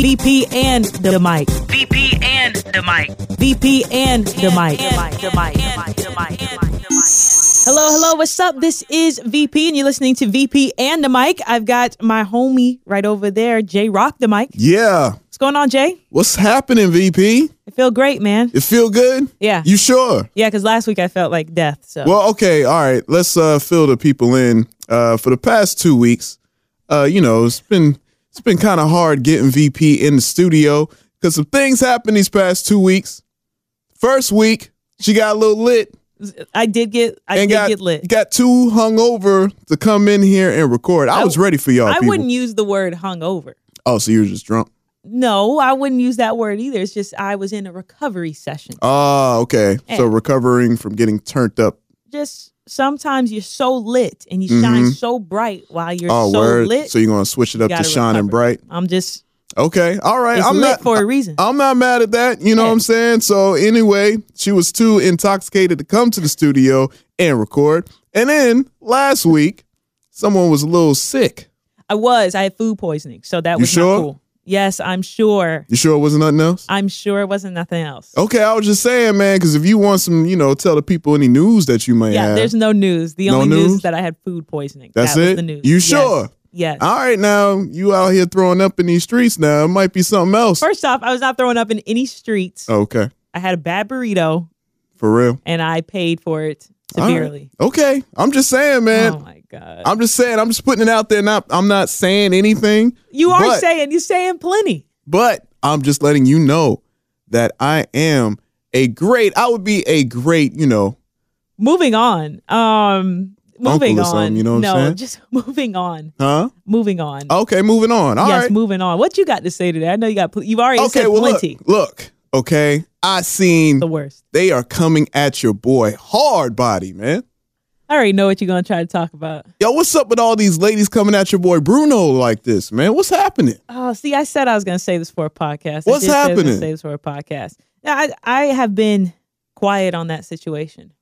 VP and the mic. VP and the mic. VP and the mic. Hello, hello, what's up? This is VP, and you're listening to VP and the mic. I've got my homie right over there, Jay Rock the mic. Yeah. What's going on, Jay? What's happening, VP? I feel great, man. It feel good? Yeah. You sure? Yeah, because last week I felt like death. So Well, okay, all right. Let's uh fill the people in. Uh for the past two weeks, uh, you know, it's been it's been kind of hard getting VP in the studio because some things happened these past two weeks. First week, she got a little lit I did get I and did got get lit. got too hungover to come in here and record. I- I, was ready for y'all. I people. wouldn't use the word hungover. Oh, so you were just drunk. No, I wouldn't use that word either. It's just I was in a recovery session. Ah, okay. So Yeah. recovering from getting turned up. just sometimes you're so lit and you shine so bright while you're Mm-hmm. Oh, so word. lit. So you're gonna switch it up to gotta shining recover. bright. I'm just Okay. All right. it's I'm lit not for a reason. I'm not mad at that. You know what I'm saying? So anyway, she was too intoxicated to come to the studio and record. And then last week, someone was a little sick. I was. I had food poisoning, so that You was sure? not cool. Yes, I'm sure. You sure it wasn't nothing else? I'm sure it wasn't nothing else. Okay, I was just saying, man, because if you want some, you know, tell the people any news that you may yeah, have. there's no news. The No only news? news? is that I had food poisoning. That's that Was it? the news. You Yes. sure? Yes. All right, now you out here throwing up in these streets. Now it might be something else. First off, I was not throwing up in any streets. okay, I had a bad burrito for real. and I paid for it All right. severely. Okay, I'm just saying, man. oh my god! I'm just saying. I'm just putting it out there. Not, I'm not saying anything. you are but- saying you're saying plenty. But I'm just letting you know that I am a great, I would be a great, you know, moving on. Um, moving Uncle or something, on. you know what no, I'm saying? just moving on. huh? Moving on. Okay, moving on. All right. yes, moving on. What you got to say today? I know you got. Pl- you've already okay, said well, look, plenty. look, okay. I seen The worst. they are coming at your boy hard body, man. I already know what you're gonna try to talk about. Yo, what's up with all these ladies coming at your boy Bruno like this, man? What's happening? Oh, see, I said I was gonna say this for a podcast. What's I did say I was gonna happening? Say this for a podcast. Now, I I have been quiet on that situation.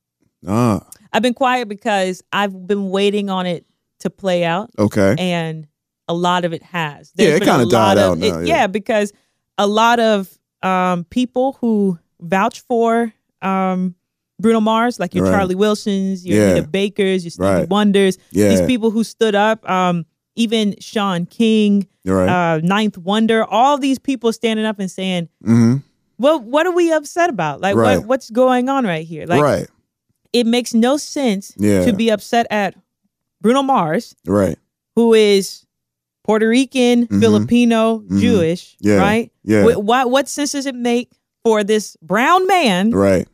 Ah, I've been quiet because I've been waiting on it to play out. okay. and a lot of it has. Yeah, it been a kinda lot died out of- now, it- yeah. because a lot of um, people who vouch for um, Bruno Mars, like your Right. Charlie Wilsons, your Yeah. Anita Bakers, your Stevie Right. Wonders, these Yeah, people who stood up, um, even Sean King, you're right. uh, Ninth Wonder, all these people standing up and saying, hmm "Well, what are we upset about? Like, Right. what, what's going on right here? Like, right, it makes no sense Yeah. to be upset at Bruno Mars." right. who is Puerto Rican, Mhm. Filipino, Mhm. Jewish, Yeah. right? Yeah, Wh- why- what sense does it make for this brown man right.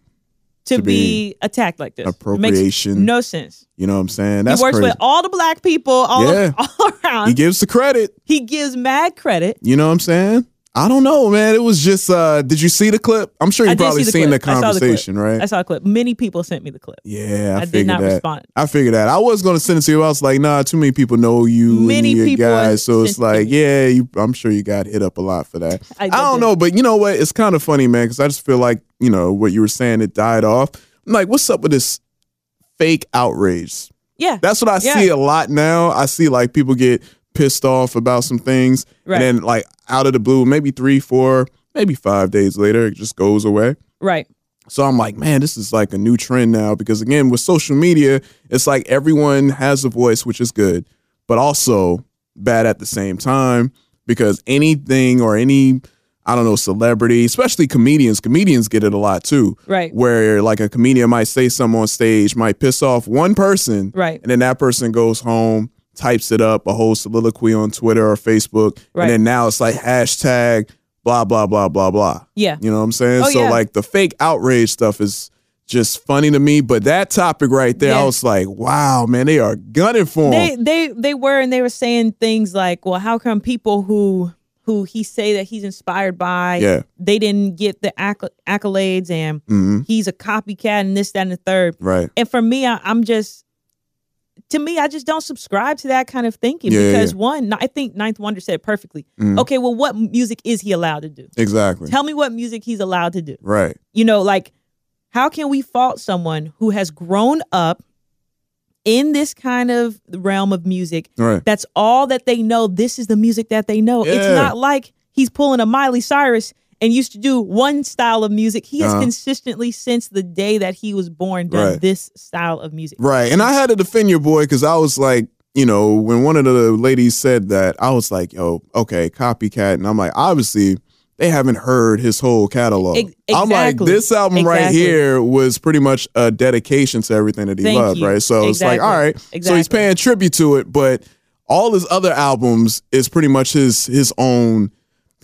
to, to be, attacked like this? It makes Appropriation. no sense. You know what I'm saying? That's he works crazy. with all the black people all, Yeah. all around. he gives the credit. he gives mad credit. You know what I'm saying? I don't know, man. It was just uh did you see the clip? I'm sure I you did see probably the seen the clip. I saw the clip. conversation, right? I saw a clip. Many people sent me the clip. yeah, I, I figured did not that. respond. I figured that. I was gonna send it to you. I was like, nah, too many people know you Many and your people guys. So it's sent it to like, me. yeah, you, I'm sure you got hit up a lot for that. I I, did don't that. know, but you know what? It's kind of funny, man, because I just feel like, you know, what you were saying, it died off. I'm like, what's up with this fake outrage? Yeah. That's what I Yeah. see a lot now. I see like people get pissed off about some things, Right. and then like out of the blue, maybe three, four, maybe five days later, it just goes away. right. So I'm like, man, this is like a new trend now because again, with social media, it's like everyone has a voice, which is good, but also bad at the same time because anything or any I don't know, celebrity, especially comedians. Comedians get it a lot too. Right. Where like a comedian might say something on stage, might piss off one person, Right. and then that person goes home, types it up, a whole soliloquy on Twitter or Facebook. Right. And then now it's like hashtag blah, blah, blah, blah, blah. Yeah. You know what I'm saying? Oh, so yeah. like the fake outrage stuff is just funny to me. But that topic right there, Yeah. I was like, wow, man, they are gunning for they him. they they were and they were saying things like well how come people who who he say that he's inspired by Yeah. they didn't get the acc- accolades and hmm he's a copycat and this that and the third Right. and for me I, i'm just to me i just don't subscribe to that kind of thinking Yeah, yeah, because one i think ninth wonder said it perfectly Mhm. okay well what music is he allowed to do Exactly. tell me what music he's allowed to do right. you know like how can we fault someone who has grown up in this kind of realm of music Right. that's all that they know. This is the music that they know. It's Yeah. not like he's pulling a Miley Cyrus and used to do one style of music. He has Uh-huh. consistently since the day that he was born done Right. this style of music. Right. And I had to defend your boy because I was like, you know, when one of the ladies said that, I was like, yo, okay, copycat. And I'm like, obviously, they haven't heard his whole catalog. Ex- I'm like, exactly. this album right Exactly. here was pretty much a dedication to everything that he Thank loved, you. right? So it's like, Exactly. all right. So he's Exactly. paying tribute to it, but all his other albums is pretty much his his own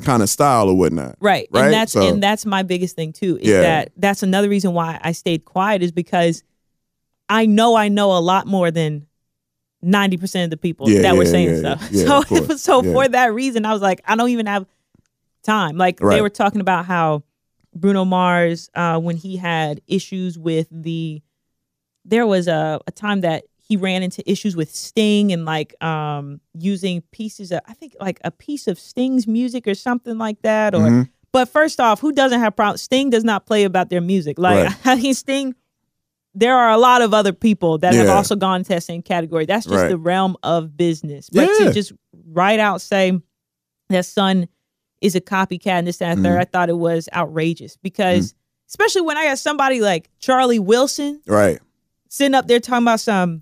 kind of style or whatnot. Right. Right? And that's So- and that's my biggest thing too. Is Yeah. that that's another reason why I stayed quiet is because I know I know a lot more than ninety percent of the people Yeah, that were yeah, saying yeah, stuff. yeah, of so course. so Yeah. for that reason I was like, I don't even have time. Like Right. they were talking about how Bruno Mars, uh, when he had issues with the there was a, a time that he ran into issues with Sting and like um using pieces of I think like a piece of Sting's music or something like that. Or Mhm. but first off, who doesn't have problems? Sting does not play about their music. Like Right. I mean Sting there are a lot of other people that have Yeah. also gone into that same category. That's just Right. the realm of business. But Yeah. to just right out say that son is a copycat and this, that, and Mm-hmm. third, I thought it was outrageous because especially when I got somebody like Charlie Wilson Right. sitting up there talking about some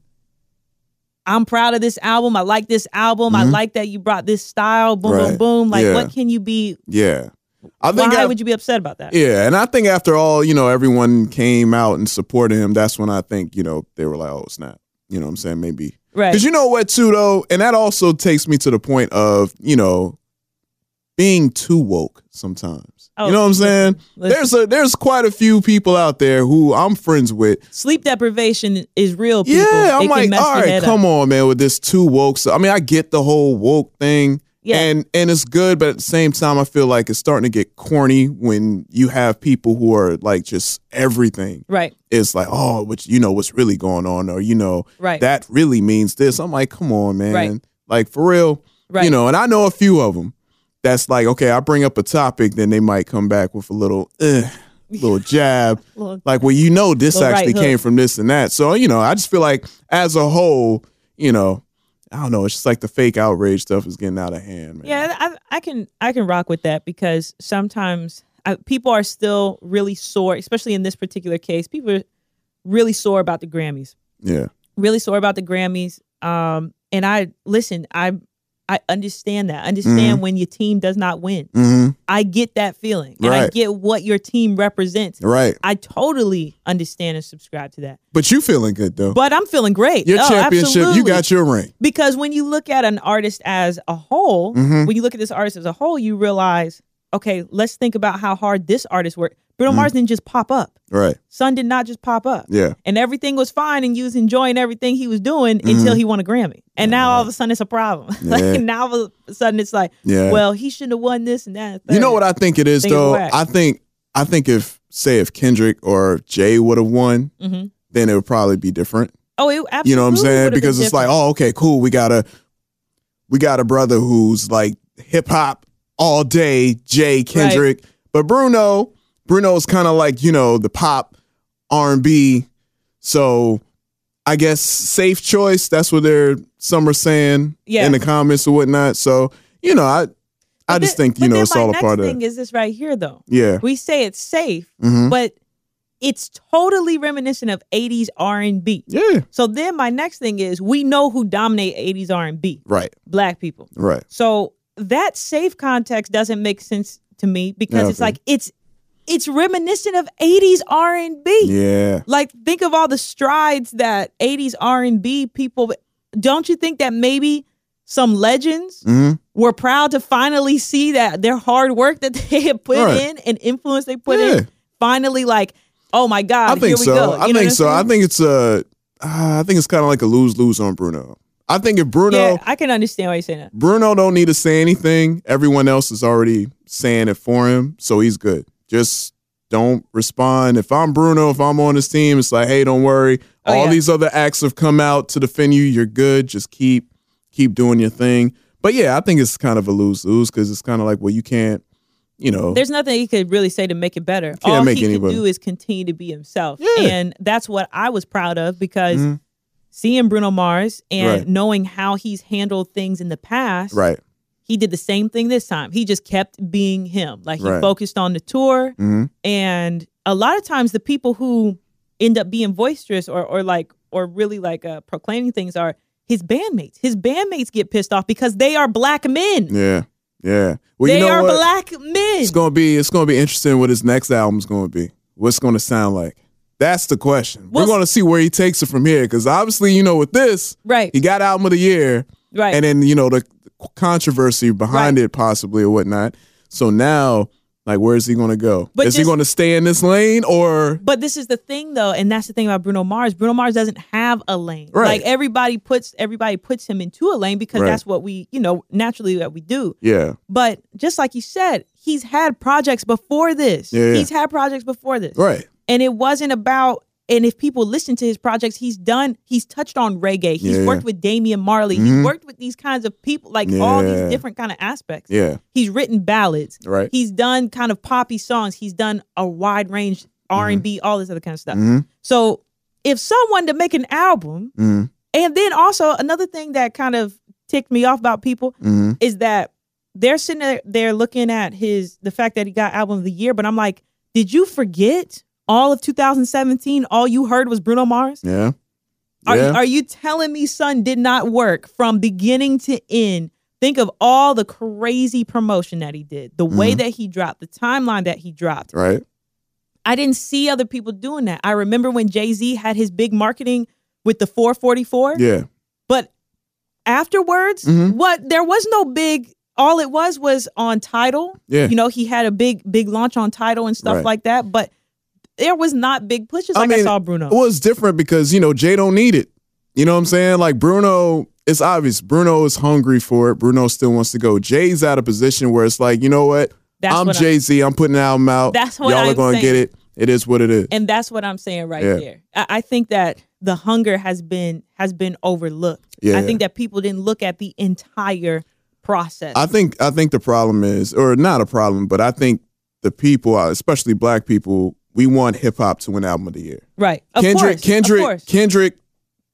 I'm proud of this album. I like this album. I Mhm. like that you brought this style. Boom, Right. boom, boom. Like Yeah. what can you be Yeah. I why think I, would you be upset about that? Yeah, and I think after all, you know, everyone came out and supported him. That's when I think, you know, they were like, "Oh, snap!" You know, what I'm saying maybe right. because you know what, too, though, and that also takes me to the point of you know being too woke sometimes. Oh, you know what I'm saying? listen. There's a there's quite a few people out there who I'm friends with. Sleep deprivation is real. People. Yeah, It I'm can like, mess all your right, head come up. on, man, with this too woke. So, I mean, I get the whole woke thing. Yeah. And and it's good, but at the same time, I feel like it's starting to get corny when you have people who are like just everything. Right, It's like, oh, which you know what's really going on, or you know right, that really means this. I'm like, come on, man, Right. like for real, right. you know. And I know a few of them that's like, okay, I bring up a topic, then they might come back with a little, eh, little jab, Well, like, well, you know, this Little right actually came hook. from this and that. So, you know, I just feel like as a whole, you know, I don't know. It's just like the fake outrage stuff is getting out of hand, man. yeah, I, I can I can rock with that because sometimes uh people are still really sore, especially in this particular case. People are really sore about the Grammys. Yeah. Really sore about the Grammys. Um, and I listen. I I understand that. I understand when your team does not win. Mm-hmm. I get that feeling, and I Right. get what your team represents. Right. I totally understand and subscribe to that. But you feeling good though. But I'm feeling great. your Oh, championship, you absolutely. got your ring. because when you look at an artist as a whole, Mhm. when you look at this artist as a whole, you realize, okay, let's think about how hard this artist worked. Bruno Mars didn't just pop up. Right. Sun did not just pop up. Mm-hmm. Yeah. And everything was fine and you was enjoying everything he was doing until he won a Grammy. And now all of a sudden it's a problem. Mm-hmm. Yeah. like now all of a sudden it's like, Yeah. well, he shouldn't have won this and that. You know what I think it is Think it's though? whack. I think I think if say if Kendrick or Jay would have won, hmm then it would probably be different. Oh, it absolutely you know what I'm saying? would've been Because it's like, different. oh, okay, cool. We got a we got a brother who's like hip hop all day, Jay Kendrick. But Bruno, Bruno's kind of like you know the pop R and B. So I guess safe choice. That's what they're some are saying Yeah. in the comments or whatnot. So you know, I oh, I But just then- think you but know then it's my all a next part of thing is this right here though. yeah. We say it's safe, hmm but it's totally reminiscent of 80s R&B. Yeah. So then my next thing is we know who dominate 80s R&B, Right. black people. Right. So that safe context doesn't make sense to me because it's Nothing. like it's it's reminiscent of 80s R&B. Yeah. Like think of all the strides that 80s R&B people don't you think that maybe some legends hmm were proud to finally see that their hard work that they had put Right. in and influence they put Yeah. in finally like oh my god I think here we so. go I You know think what so. I'm I saying? think it's a. Uh, I think it's kind of like a lose lose on Bruno. I think if Bruno yeah i can understand why you're saying that Bruno don't need to say anything, everyone else is already saying it for him, so he's good. Just don't respond. If I'm Bruno, if I'm on his team, it's like, hey, don't worry. Oh, All yeah. these other acts have come out to defend you. You're good. Just keep keep doing your thing. But yeah, I think it's kind of a lose lose because it's kind of like, well, you can't, you know, there's nothing he could really say to make it better Can't all make he anybody- could do is continue to be himself Yeah. and that's what i was proud of because Mhm. seeing bruno mars and Right. knowing how he's handled things in the past right? he did the same thing this time. He just kept being him. Like he Right. focused on the tour. hmm And a lot of times the people who end up being boisterous or or like or really like uh, proclaiming things are his bandmates. His bandmates get pissed off because they are black men. Yeah. Yeah. Well, they you know are what? black men. It's gonna be it's gonna be interesting what his next album's gonna be. What's it gonna sound like? That's the question. Well, We're gonna see where he takes it from here, because obviously, you know, with this, right. he got album of the year, Right. and then you know the controversy behind Right. it, possibly or whatnot. So now, like, where is he gonna go? But is he just- gonna stay in this lane or? But this is the thing though, and that's the thing about Bruno Mars. Bruno Mars doesn't have a lane. Right. Like everybody puts everybody puts him into a lane because Right. that's what we, you know, naturally that we do. Yeah, But just like you said, he's had projects before this. Yeah, yeah. He's had projects before this. right. And it wasn't about and if people listen to his projects, he's done, he's touched on reggae. He's Yeah, yeah. worked with Damian Marley. Mhm. He's worked with these kinds of people, like all Yeah. these different kind of aspects. Yeah, He's written ballads right. he's done kind of poppy songs he's done a wide range r&b Mm-hmm. all this other kind of stuff Mhm. so if someone to make an album Mm-hmm. and then also another thing that kind of ticked me off about people Mm-hmm. is that they're sitting there, there looking at his the fact that he got album of the year but i'm like did you forget all of 2017 all you heard was bruno mars Yeah. are, yeah. are you telling me son did not work from beginning to end? Think of all the crazy promotion that he did, the way Mhm. that he dropped, the timeline that he dropped. right. I didn't see other people doing that. I remember when Jay Z had his big marketing with the 444, Yeah. but afterwards, Mhm. what there was no big. All it was was on title. Yeah. You know, he had a big, big launch on title and stuff Right. like that, but there was not big pushes I like I, mean, saw Bruno. Well, it's different because you know Jay don't need it. You know what I'm saying? Like Bruno, it's obvious. Bruno is hungry for it. Bruno still wants to go. Jay's at a position where it's like, you know what? That's I'm what Jay Z. I'm putting an album out. That's what y'all are I'm gonna saying. get it. It is what it is. and that's what I'm saying right Yeah. there. I, I think that the hunger has been has been overlooked. Yeah. I think that people didn't look at the entire process. I think I think the problem is, or not a problem, but I think the people, uh, especially black people, we want hip hop to win album of the year. right. Of Kendrick, course. Kendrick, Of course. Kendrick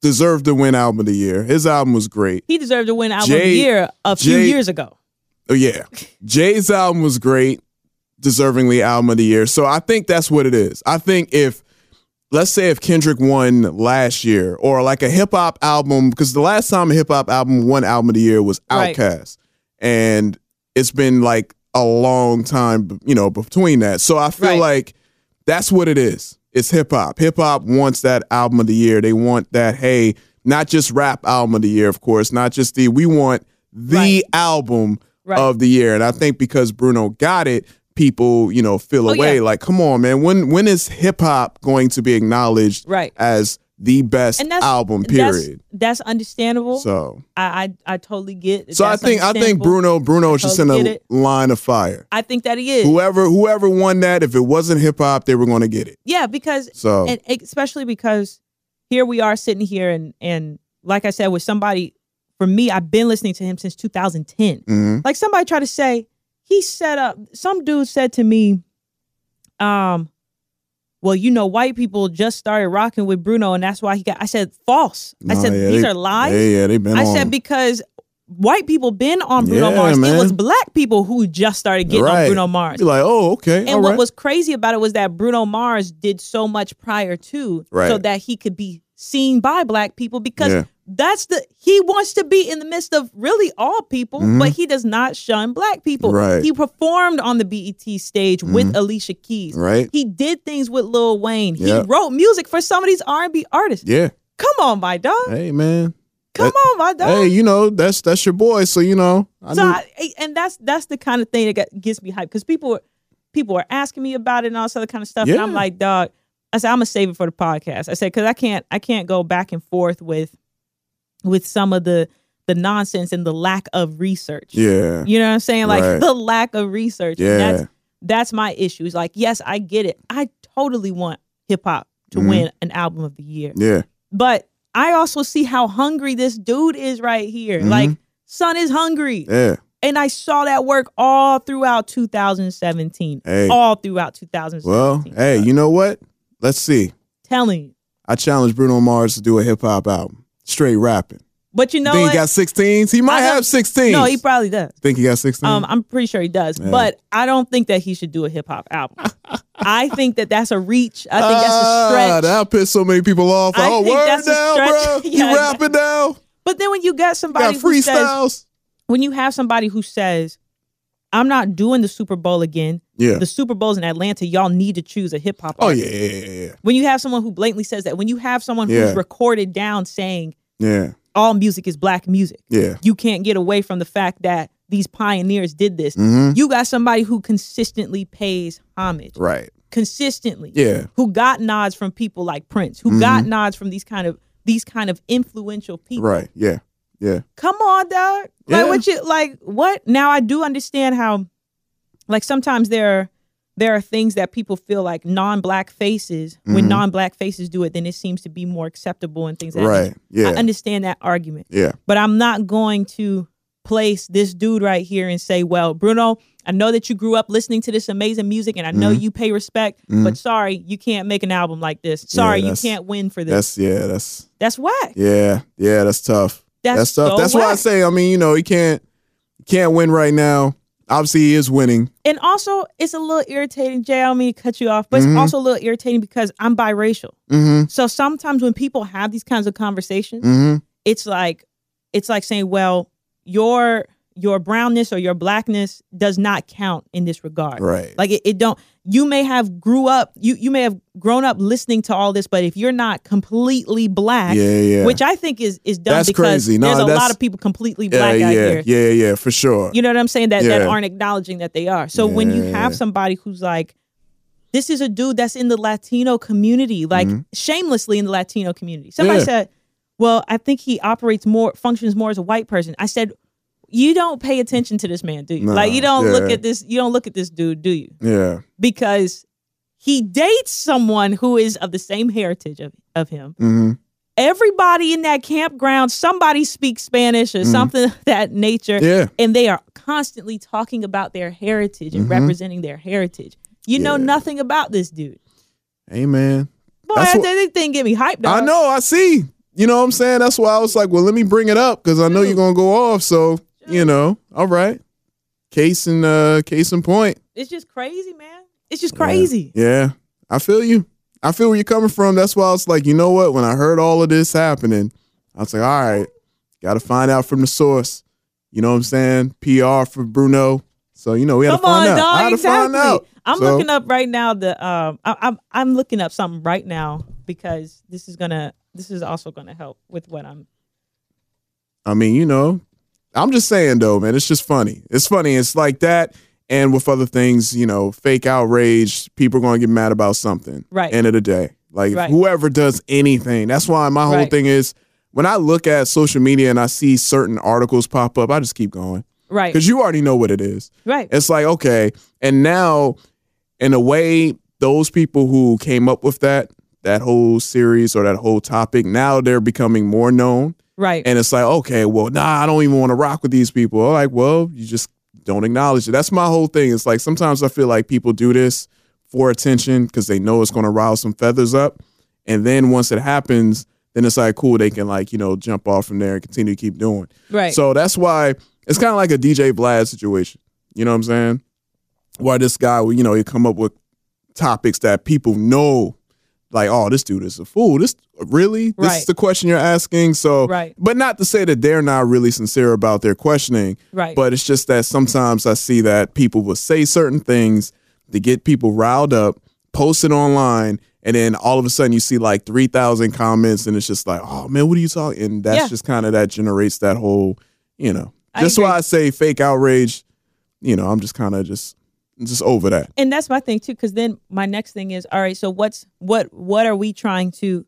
deserved to win album of the year. His album was great. he deserved to win album of the Jay- year a few Jay- years ago. Oh yeah, Jay's album was great, deservingly album of the year. So I think that's what it is. I think if let's say if Kendrick won last year or like a hip hop album, because the last time a hip hop album won album of the year was Right. Outkast, and it's been like a long time, you know, between that. So I feel Right. like that's what it is. It's hip hop. Hip hop wants that album of the year. They want that, hey, not just rap album of the year, of course, not just the, we want the Right. album Right. of the year. And I think because Bruno got it, people, you know, feel Oh, away yeah. like, come on, man, when when is hip hop going to be acknowledged Right. as the best And that's album, that's- period? That's, understandable. So I, I I totally get. that so I that's think I think understandable. Bruno Bruno is just in Totally a get it. line of fire. I think that he is. Whoever whoever won that, if it wasn't hip hop, they were gonna get it. Yeah, because So and especially because here we are sitting here and and like I said with somebody for me I've been listening to him since 2010. mhm. Like somebody tried to say he set up. Some dude said to me, um, well, you know, white people just started rocking with Bruno, and that's why he got. I said false. I Nah, said yeah, these they- are lies. Yeah, yeah, they've been I on. said because white people been on Bruno um, Yeah, Mars. man. It was black people who just started getting Right. on Bruno Mars. be like, oh, okay, all And what right. was crazy about it was that Bruno Mars did so much prior to, so Right. that he could be seen by black people because Yeah. that's the he wants to be in the midst of really all people, Mhm. but he does not shun black people. Right. Mm-hmm. He performed on the BET stage with Alicia Keys. right? He did things with Lil Wayne. Yeah. He wrote music for some of these R and B artists. Yeah. Come on, my dog. Hey, man. Come that- on, my dog. Hey, you know that's that's your boy. So you know, I so knew- I, and that's that's the kind of thing that got, gets me hyped because people people are asking me about it and all this other kind of stuff and i'm Yeah. like dog i said i'm gonna save it for the podcast i said because i can't i can't go back and forth with with some of the the nonsense and the lack of research yeah, you know what i'm saying like Right. the lack of research yeah. And that's that's my issue is like yes i get it i totally want hip-hop to Mhm. win an album of the year Yeah, but i also see how hungry this dude is right here Mhm. like son is hungry yeah. and I saw that work all throughout 2017. Hey. All throughout 2017. Well, hey, you know what? Let's see. telling you. I challenge Bruno Mars to do a hip hop album, straight rapping. But you know think what? he got 16s? He might I don't- have 16. no, he probably does. think he got 16. Um, I'm pretty sure he does, Hmm. Yeah. but I don't think that he should do a hip hop album. I think that that's a reach. I think Ah, that's a stretch. That'll piss so many people off. I oh, think word that's a now, bro. stretch. Yeah, you rapping now? But then when you got You got somebody who says, freestyles? when you have somebody who says, "I'm not doing the Super Bowl again. Yeah. The Super Bowl's in Atlanta. Y'all need to choose a hip hop." Oh, artist." yeah, yeah, yeah, When you have someone who blatantly says that, when you have someone Yeah. who's recorded down saying yeah. all music is black music, Yeah, yeah. you can't get away from the fact that these pioneers did this. hmm You got somebody who consistently pays homage, Right. consistently. Yeah. Mm-hmm. who got nods from people like Prince, who got nods from these kind of these kind of influential people. Right. Yeah. Yeah. Come on, dog. Like Yeah. what you like what? Now I do understand how like sometimes there are there are things that people feel like non-black faces when Mhm. non-black faces do it then it seems to be more acceptable and things like that. Right. Yeah. I understand that argument. yeah. But I'm not going to place this dude right here and say, "Well, Bruno, I know that you grew up listening to this amazing music and I Mm-hmm. know you pay respect, but sorry, you can't make an album like this. Sorry, you that's- can't win for this." That's yeah. That's That's, whack. yeah. Yeah. That's tough. That's, That's, tough. so that's why I whack. say. I mean, you know, he can't can't win right now. Obviously, he is winning. And also, it's a little irritating, Jay, I don't mean to cut you off, but Mhm. it's also a little irritating because I'm biracial. hmm So sometimes when people have these kinds of conversations, hmm it's like it's like saying, "Well, your your brownness or your blackness does not count in this regard." Right. Like it, it don't you may have grew up you you may have grown up listening to all this, but if you're not completely black, yeah. Yeah. which I think is is dumb That's because crazy. No, there's a that's- lot of people completely yeah. black yeah. out here. Yeah. Yeah. For sure. You know what I'm saying? That that Yeah. aren't acknowledging that they are. So when you have Yeah. somebody who's like this is a dude that's in the Latino community, like Mhm. shamelessly in the Latino community. Somebody Yeah. said, "Well, I think he operates more, functions more as a white person." I said, "You don't pay attention to this man, do you? Nah, like you don't look yeah. at this, you don't look at this dude, do you?" yeah. because he dates someone who is of the same heritage of, of him. hmm Everybody in that campground, somebody speaks Spanish or Mhm. something of that nature, Yeah. and they are constantly talking about their heritage and Mhm. representing their heritage. You know Yeah. nothing about this dude. Hey, man. Boy, That's that what- that thing get me hyped. Dog. I know. I see. You know what I'm saying? That's why I was like, well, let me bring it up because I know you're Dude. gonna go off. So you Dude. know, all right. Case in uh, case in point. It's just crazy, man. It's just Yeah. crazy. Yeah. I feel you. I feel where you're coming from. That's why I was like, you know what? When I heard all of this happening, I was like, all right, got to find out from the source. You know what I'm saying? PR for Bruno. So, you know, we had Come to find on, out. I dog. had Exactly. to find out. I'm So- looking up right now. The um, I, I'm I'm looking up something right now because this is gonna this is also gonna help with what I'm. I mean, you know, I'm just saying though, man, it's just funny. It's funny. It's like that. And with other things, you know, fake outrage, people are going to get mad about something. Right. End of the day. Like if Right. whoever does anything, that's why my whole Right. thing is when I look at social media and I see certain articles pop up, I just keep going Right. because you already know what it is. Right. It's like, okay. And now, in a way, those people who came up with that, that whole series or that whole topic, now they're becoming more known. Right. And it's like, okay, well, nah, I don't even want to rock with these people. I'm like, well, you just don't acknowledge it. That's my whole thing. It's like sometimes I feel like people do this for attention because they know it's going to rile some feathers up. And then once it happens, then it's like, cool, they can like, you know, jump off from there and continue to keep doing. Right. So that's why it's kind of like a DJ Vlad situation. You know what I'm saying? Why this guy, you know, he come up with topics that people know, like, oh, this dude is a fool. This really, this is Right. the question you're asking. So, Right. but not to say that they're not really sincere about their questioning. right. But it's just that sometimes I see that people will say certain things to get people riled up, post it online, and then all of a sudden you see like 3,000 comments and it's just like, oh man, what are you talking? And that's Yeah. just kind of that generates that whole, you know. I That's why agree. I say fake outrage, you know, I'm just kind of just just over that. and that's my thing too, because then my next thing is, all right. So what's what what are we trying to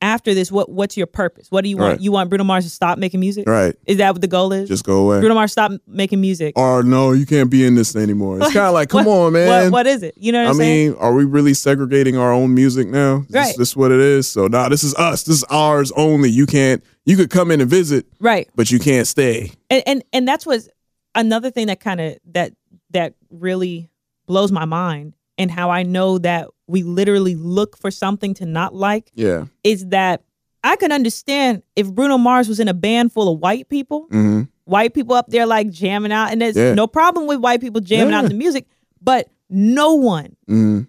after this? What what's your purpose? What do you want? Right. You want Bruno Mars to stop making music? Right. Is that what the goal is? Just Oh, go away. Bruno Mars stop making music. Or no, you can't be in this anymore. It's Like, kind of like, come what- on, man. What what is it? You know what I I'm saying? mean, are we really segregating our own music now? Is this, Right. this what it is? So nah, this is us. This is ours only. You can't. You could come in and visit, Right. but you can't stay. and and, and that's what's another thing that kind of that that really blows my mind and how i know that we literally look for something to not like Yeah. is that I can understand if Bruno Mars was in a band full of white people, hmm white people up there like jamming out, and there's Yeah. no problem with white people jamming Yeah. out the music, but no one, hmm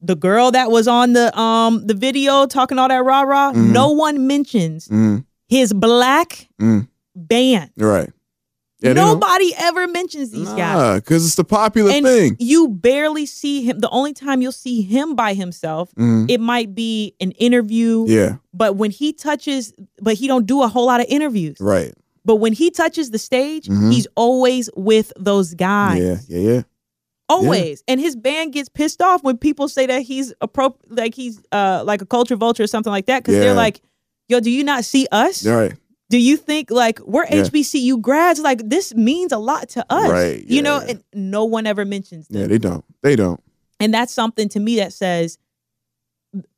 the girl that was on the um the video talking all that rah rah, Mhm. no one mentions hmm his black Mm. band. You're right. Yeah, they don't- Nobody ever mentions these guys. Nah, because it's the popular and thing. you barely see him. The only time you'll see him by himself, Mhm. it might be an interview. Yeah, But when he touches, but he don't do a whole lot of interviews. right. But when he touches the stage, Mhm. he's always with those guys. Yeah, yeah, yeah. Always. And his band gets pissed off when people say that he's appro- like he's uh like a culture vulture or something like that. Cause Yeah. they're like, yo, do you not see us? All right. Do you think like we're Yeah. HBCU grads? Like this means a lot to us. Right, You know, yeah. and no one ever mentions this. Yeah, they don't. They don't. and that's something to me that says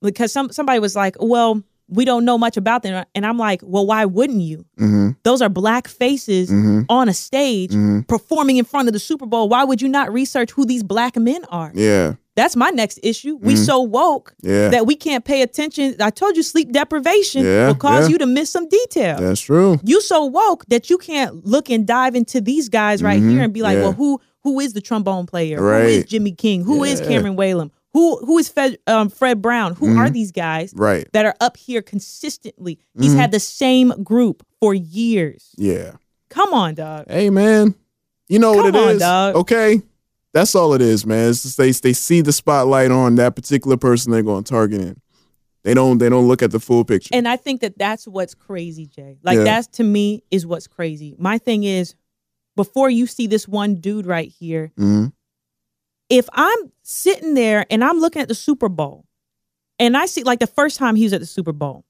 because some somebody was like, "Well, we don't know much about them," and I'm like, "Well, why wouldn't you? Mm-hmm. Those are black faces Mm-hmm. on a stage Mm-hmm. performing in front of the Super Bowl. Why would you not research who these black men are?" Yeah, That's my next issue. We Mhm. so woke yeah. that we can't pay attention. I told you, sleep deprivation Yeah, will cause yeah. you to miss some detail. That's true. You so woke that you can't look and dive into these guys right Mhm, here and be like, yeah. well, who who is the trombone player? Who is Right. Jimmy King? Who is Yeah. Cameron Whalem? Who who is Fed, um, Fred Brown? Who Mm-hmm. are these guys Right. that are up here consistently? He's Mhm. had the same group for years. Yeah. Come on, dog. Hey, man. You know what Come it is, on, dog. Okay. That's all it is, man. It's just they they see the spotlight on that particular person they're going to target in. They don't they don't look at the full picture. And I think that that's what's crazy, Jay. Like Yeah. that's to me is what's crazy. My thing is, before you see this one dude right here, hmm if I'm sitting there and I'm looking at the Super Bowl, and I see like the first time he was at the Super Bowl,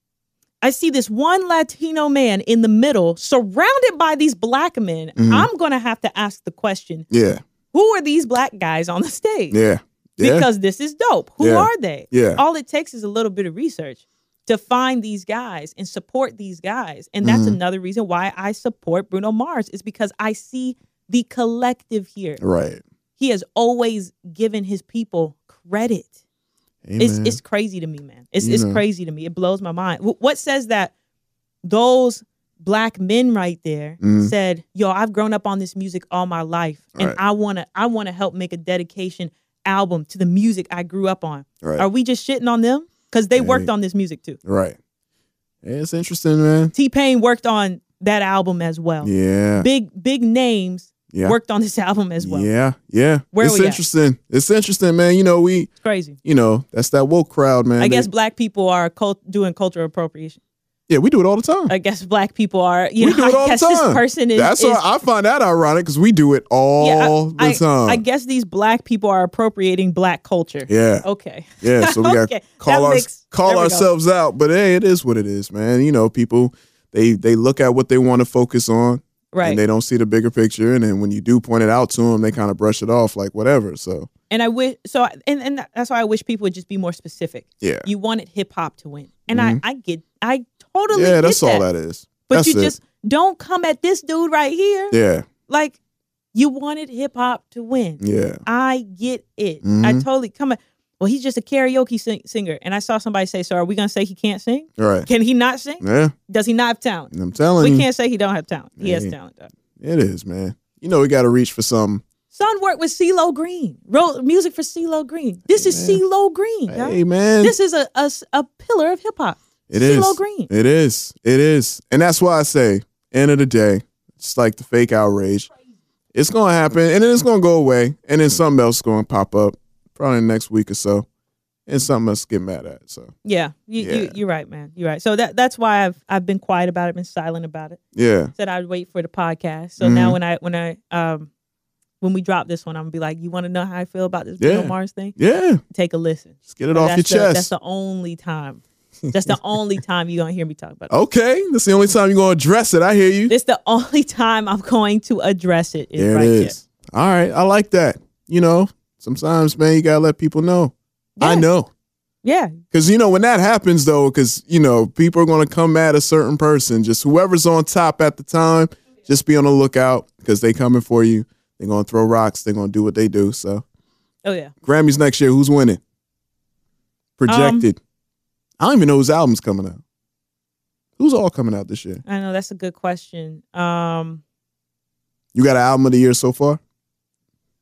I see this one Latino man in the middle, surrounded by these black men. Mhm. I'm gonna have to ask the question: Yeah. Who are these black guys on the stage? Yeah. Yeah. Because this is dope. Who Yeah. are they? yeah. All it takes is a little bit of research to find these guys and support these guys. And that's Mhm. another reason why I support Bruno Mars is because I see the collective here Right. he has always given his people credit. Hey, It's man. it's crazy to me, man. It's You it's know. crazy to me. It blows my mind. Wh- What says that those black men right there Mhm. said, "Yo, I've grown up on this music all my life, and Right. I wanna I wanna help make a dedication album to the music I grew up on." right. Are we just shitting on them? Because they Hey. worked on this music too. right. Yeah, it's interesting, man. T Pain worked on that album as well. Yeah. Big big names Yeah. worked on this album as well. Yeah. Yeah. Where it's we at? interesting. It's interesting, man. You know, we It's crazy. you know, that's that woke crowd, man. I They- guess black people are cult- doing cultural appropriation. yeah, we do it all the time. I guess black people are. You We know, do it all I the guess time. this person is. That's is- all, I find that ironic because we do it I- all I, the time. I guess these black people are appropriating black culture. yeah, Okay. yeah. So we got okay. call that our, makes- there call we go. ourselves out, but hey, it is what it is, man. You know, people they they look at what they want to focus on, Right. and they don't see the bigger picture. And then when you do point it out to them, they kind of brush it off like whatever. So and I wish so. I- And and that's why I wish people would just be more specific. yeah, You wanted hip hop to win, and Mhm. I I get I totally yeah, get that's that. all that is. But that's you it. just don't come at this dude right here. Yeah, Like you wanted hip hop to win. yeah, I get it. I Mhm. totally come. At, well, he's just a karaoke sing- singer, and I saw somebody say, "So are we gonna say he can't sing? all right. Can he not sing? Yeah, Does he not have talent? I'm telling We you, can't say he don't have talent. He has Yeah. talent. Though. it is, man. You know, we got to reach for something. Son worked with CeeLo Green. Wrote music for CeeLo Green. This is Man. CeeLo Green. dog. Hey, man, This is a, a s- a pillar of hip hop. It is. CeeLo Green. It is. It is. And that's why I say, end of the day, it's like the fake outrage. It's gonna happen, and then it's gonna go away, and then something else is gonna pop up, probably next week or so, and something else to get mad at. So Yeah, you, Yeah. You, you're right, man. You're right. So that that's why I've I've been quiet about it, been silent about it. yeah, Said I'd wait for the podcast. So Mhm. now when I when I um when we drop this one, I'm gonna be like, you want to know how I feel about this Bruno Yeah. Mars thing? yeah, Take a listen. just get it off that's your the, chest. That's the only time. That's the only time you're gonna hear me talk about it. okay, that's the only time you're gonna address it. I hear you. It's the only time I'm going to address it. Is There right it is. All right, I like that. You know, sometimes man, you gotta let people know. I Yeah. know. There. Cause you know when that happens though, because you know people are gonna come at a certain person. Just whoever's on top at the time, just be on the lookout because they coming for you. They're gonna throw rocks. They're gonna do what they do. So Yeah. Oh yeah. Grammys next year, Um, who's winning? Projected. I don't even know whose album's coming out. Who's all coming out this year? I know that's a good question. Um, You got an album of the year so far?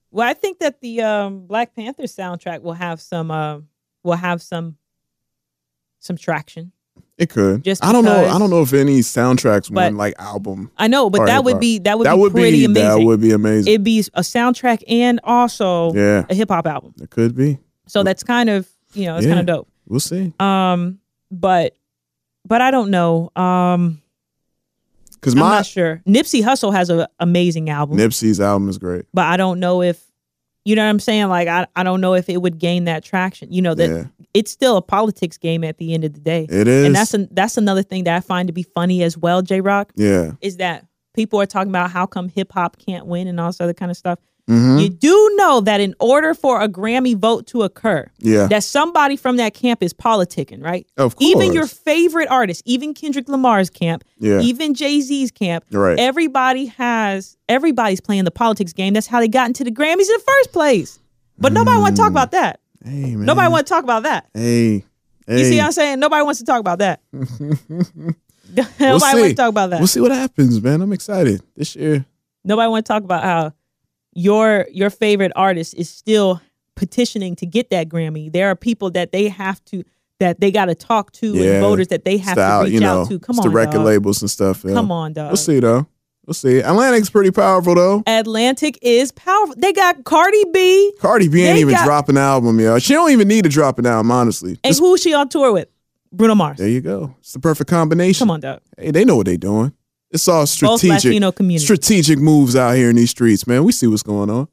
well, I think that the um, Black Panther soundtrack will have some uh, will have some some traction. It could. Just I don't know. because- I don't know if any soundtracks But- won like album. I know, but Or that hip would hop. be that would that be would pretty be amazing. that would be amazing. It'd be a soundtrack and also yeah, a hip hop album. it could be. So that's kind of you know it's Yeah. kind of dope. We'll see. Um, but but I don't know. Um, Because I'm my not sure. Nipsey Hussle has an amazing album, Nipsey's album is great. but I don't know if you know what I'm saying. Like I I don't know if it would gain that traction. You know that yeah, it's still a politics game at the end of the day, it is. and that's an that's another thing that I find to be funny as well. J Rock yeah. is that people are talking about how come hip hop can't win and all this other kind of stuff. hmm You do know that in order for a Grammy vote to occur, yeah. that somebody from that camp is politicking, right? Uh. Of course. Even your favorite artist, even Kendrick Lamar's camp, yeah. even Jay Z's camp, You're right. everybody has everybody's playing the politics game. That's how they got into the Grammys in the first place. But nobody want to talk about that. hey man. Nobody want to talk about that. Hey. Mm-hmm. Hey. You see what I'm saying? Nobody wants to talk about that. Nobody wants see. to talk about that. We'll see what happens, man. I'm excited this year. Nobody want to talk about how your your favorite artist is still petitioning to get that Grammy. There are people that they have to that they got to talk to Yeah. and voters that they have Style, to reach you know, out to. Come it's on, the record dog. labels and stuff. Yeah. Come on, dog. We'll see though. We'll see. Atlantic's pretty powerful though. Atlantic is powerful. They got Cardi B Cardi B ain't They even got- drop an album, yo. She don't even need to drop an album, honestly. and Just- who she on tour with? Bruno Mars. there you go. It's the perfect combination. Come on, dog. Hey, they know what they doing. It's all Both strategic, Latino community. strategic moves out here in these streets, man. We see what's going on.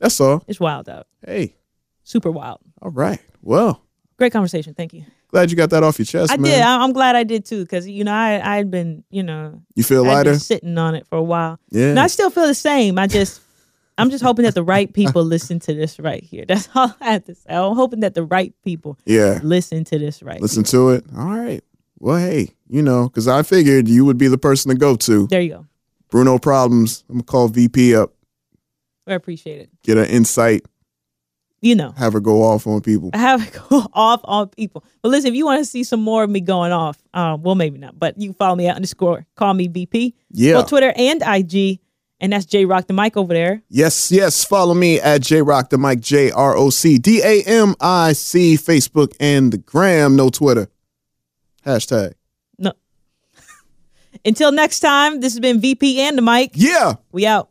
That's all. it's wild, dog. Hey, Super wild. all right. Well, Great conversation. Thank you. glad you got that off your chest, I man. did. I, I'm glad I did too, because you know I I had been you know You feel I'd lighter? been sitting on it for a while. Yeah. And I still feel the same. I just, I'm just hoping that the right people listen to this right here. That's all I have to say. I'm hoping that the right people yeah. listen to this right. Listen to it. All right. Well, hey, you know, because I figured you would be the person to go to. There you go. Bruno Problems. I'm going to call VP up, I appreciate it. get an insight, You know, have her go off on people. I have to go off on people. But listen, if you want to see some more of me going off, um, well, maybe not, but you can follow me at underscore, call me VP, Yeah. on Twitter and IG. And that's J Rock the Mic over there. Yes, yes. Follow me at J Rock the Mic, J R O C D A M I C, Facebook and the gram, no Twitter. Hashtag. Until next time, this has been VP and the Mic. Yeah. We out.